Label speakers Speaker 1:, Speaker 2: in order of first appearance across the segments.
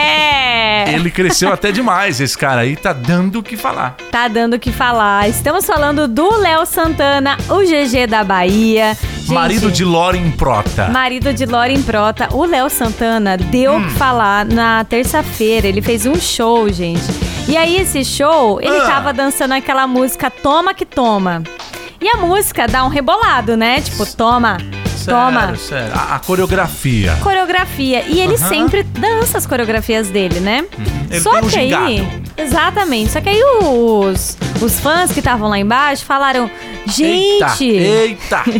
Speaker 1: É!
Speaker 2: Ele cresceu até demais, esse cara aí tá dando o que falar.
Speaker 1: Tá dando o que falar. Estamos falando do Léo Santana, o GG da Bahia. Gente,
Speaker 2: Marido de Lauren Prota.
Speaker 1: Marido de Lauren Prota, o Léo Santana deu o
Speaker 2: Hum.
Speaker 1: que falar na terça-feira. Ele fez um show, gente. E aí, esse show, ele
Speaker 2: Ah.
Speaker 1: tava dançando aquela música Toma que Toma. E a música dá um rebolado, né? Tipo, toma,
Speaker 2: Sério,
Speaker 1: toma.
Speaker 2: sério. A, a coreografia.
Speaker 1: Coreografia. E ele
Speaker 2: Aham.
Speaker 1: sempre dança as coreografias dele, né?
Speaker 2: Ele
Speaker 1: Só
Speaker 2: tem um
Speaker 1: que aí.
Speaker 2: gingado.
Speaker 1: Exatamente. Só que aí os, os fãs que estavam lá embaixo falaram: gente.
Speaker 2: Eita! eita.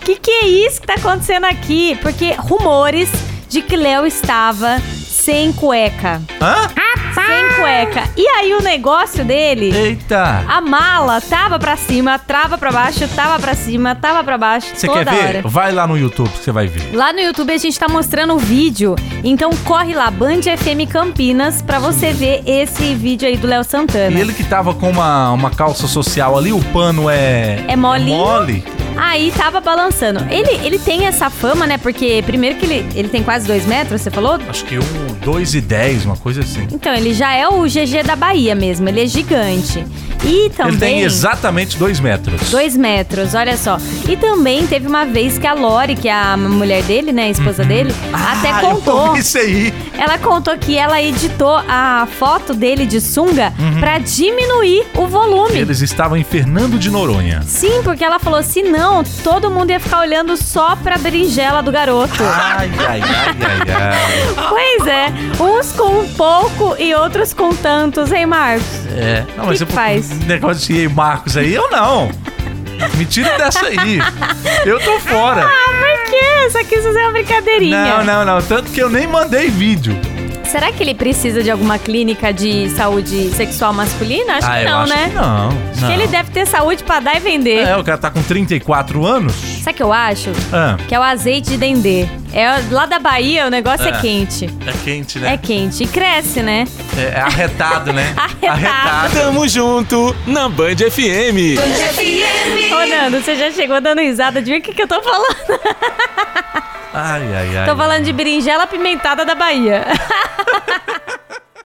Speaker 1: Que que é isso que tá acontecendo aqui? Porque rumores de que Léo estava sem cueca.
Speaker 2: Hã?
Speaker 1: Sem cueca. E aí o negócio dele,
Speaker 2: Eita!
Speaker 1: a mala tava pra cima, trava pra baixo, tava pra cima, tava pra baixo
Speaker 2: Você
Speaker 1: toda
Speaker 2: quer ver?
Speaker 1: hora.
Speaker 2: Vai lá no YouTube que você vai ver.
Speaker 1: Lá no YouTube a gente tá mostrando o vídeo, então corre lá, Band FM Campinas, pra você ver esse vídeo aí do Léo Santana.
Speaker 2: E ele que tava com uma, uma calça social ali, o pano é.
Speaker 1: É molinho.
Speaker 2: mole.
Speaker 1: Aí tava balançando. Ele, ele tem essa fama, né? Porque primeiro que ele, ele tem quase dois metros, você falou?
Speaker 2: Acho que um 2 e 10, uma coisa assim.
Speaker 1: Então, ele já é o GG da Bahia mesmo, ele é gigante. E também.
Speaker 2: Ele tem exatamente 2 metros.
Speaker 1: Dois metros, olha só. E também teve uma vez que a Lori, que é a mulher dele, né, a esposa dele, até
Speaker 2: Ah, eu
Speaker 1: contou.
Speaker 2: ouvi Isso aí.
Speaker 1: Ela contou que ela editou a foto dele de sunga
Speaker 2: Uhum.
Speaker 1: pra diminuir o volume.
Speaker 2: Eles estavam em Fernando de Noronha.
Speaker 1: Sim, porque ela falou: se não, todo mundo ia ficar olhando só pra berinjela do garoto.
Speaker 2: Ai, ai, ai, ai, ai.
Speaker 1: Pois é, uns com um pouco e outros com tantos, hein, Marcos?
Speaker 2: É. Não,
Speaker 1: Que
Speaker 2: mas
Speaker 1: que faz?
Speaker 2: esse negócio de Marcos aí, eu não. Me tira dessa aí. Eu tô fora.
Speaker 1: Ah, por quê? Só quis fazer uma brincadeirinha.
Speaker 2: É. Não, não, não. Tanto que eu nem mandei vídeo.
Speaker 1: Será que ele precisa de alguma clínica de saúde sexual masculina? Acho
Speaker 2: ah,
Speaker 1: que
Speaker 2: eu
Speaker 1: não,
Speaker 2: acho
Speaker 1: né?
Speaker 2: que não.
Speaker 1: Acho que ele deve ter saúde pra dar e vender.
Speaker 2: É, o cara tá com 34 anos.
Speaker 1: Sabe o que eu acho?
Speaker 2: Ah,
Speaker 1: Que é o azeite de dendê. É, lá da Bahia o negócio é,
Speaker 2: É.
Speaker 1: quente.
Speaker 2: é quente,
Speaker 3: né?
Speaker 1: É quente. E cresce, né?
Speaker 2: É, é arretado, né?
Speaker 1: Arretado.
Speaker 3: Tamo junto na Band FM.
Speaker 1: Ô, Nando, você já chegou dando risada de mim? O que, que eu tô falando?
Speaker 2: Ai, ai, ai.
Speaker 1: Tô falando de berinjela pimentada da Bahia.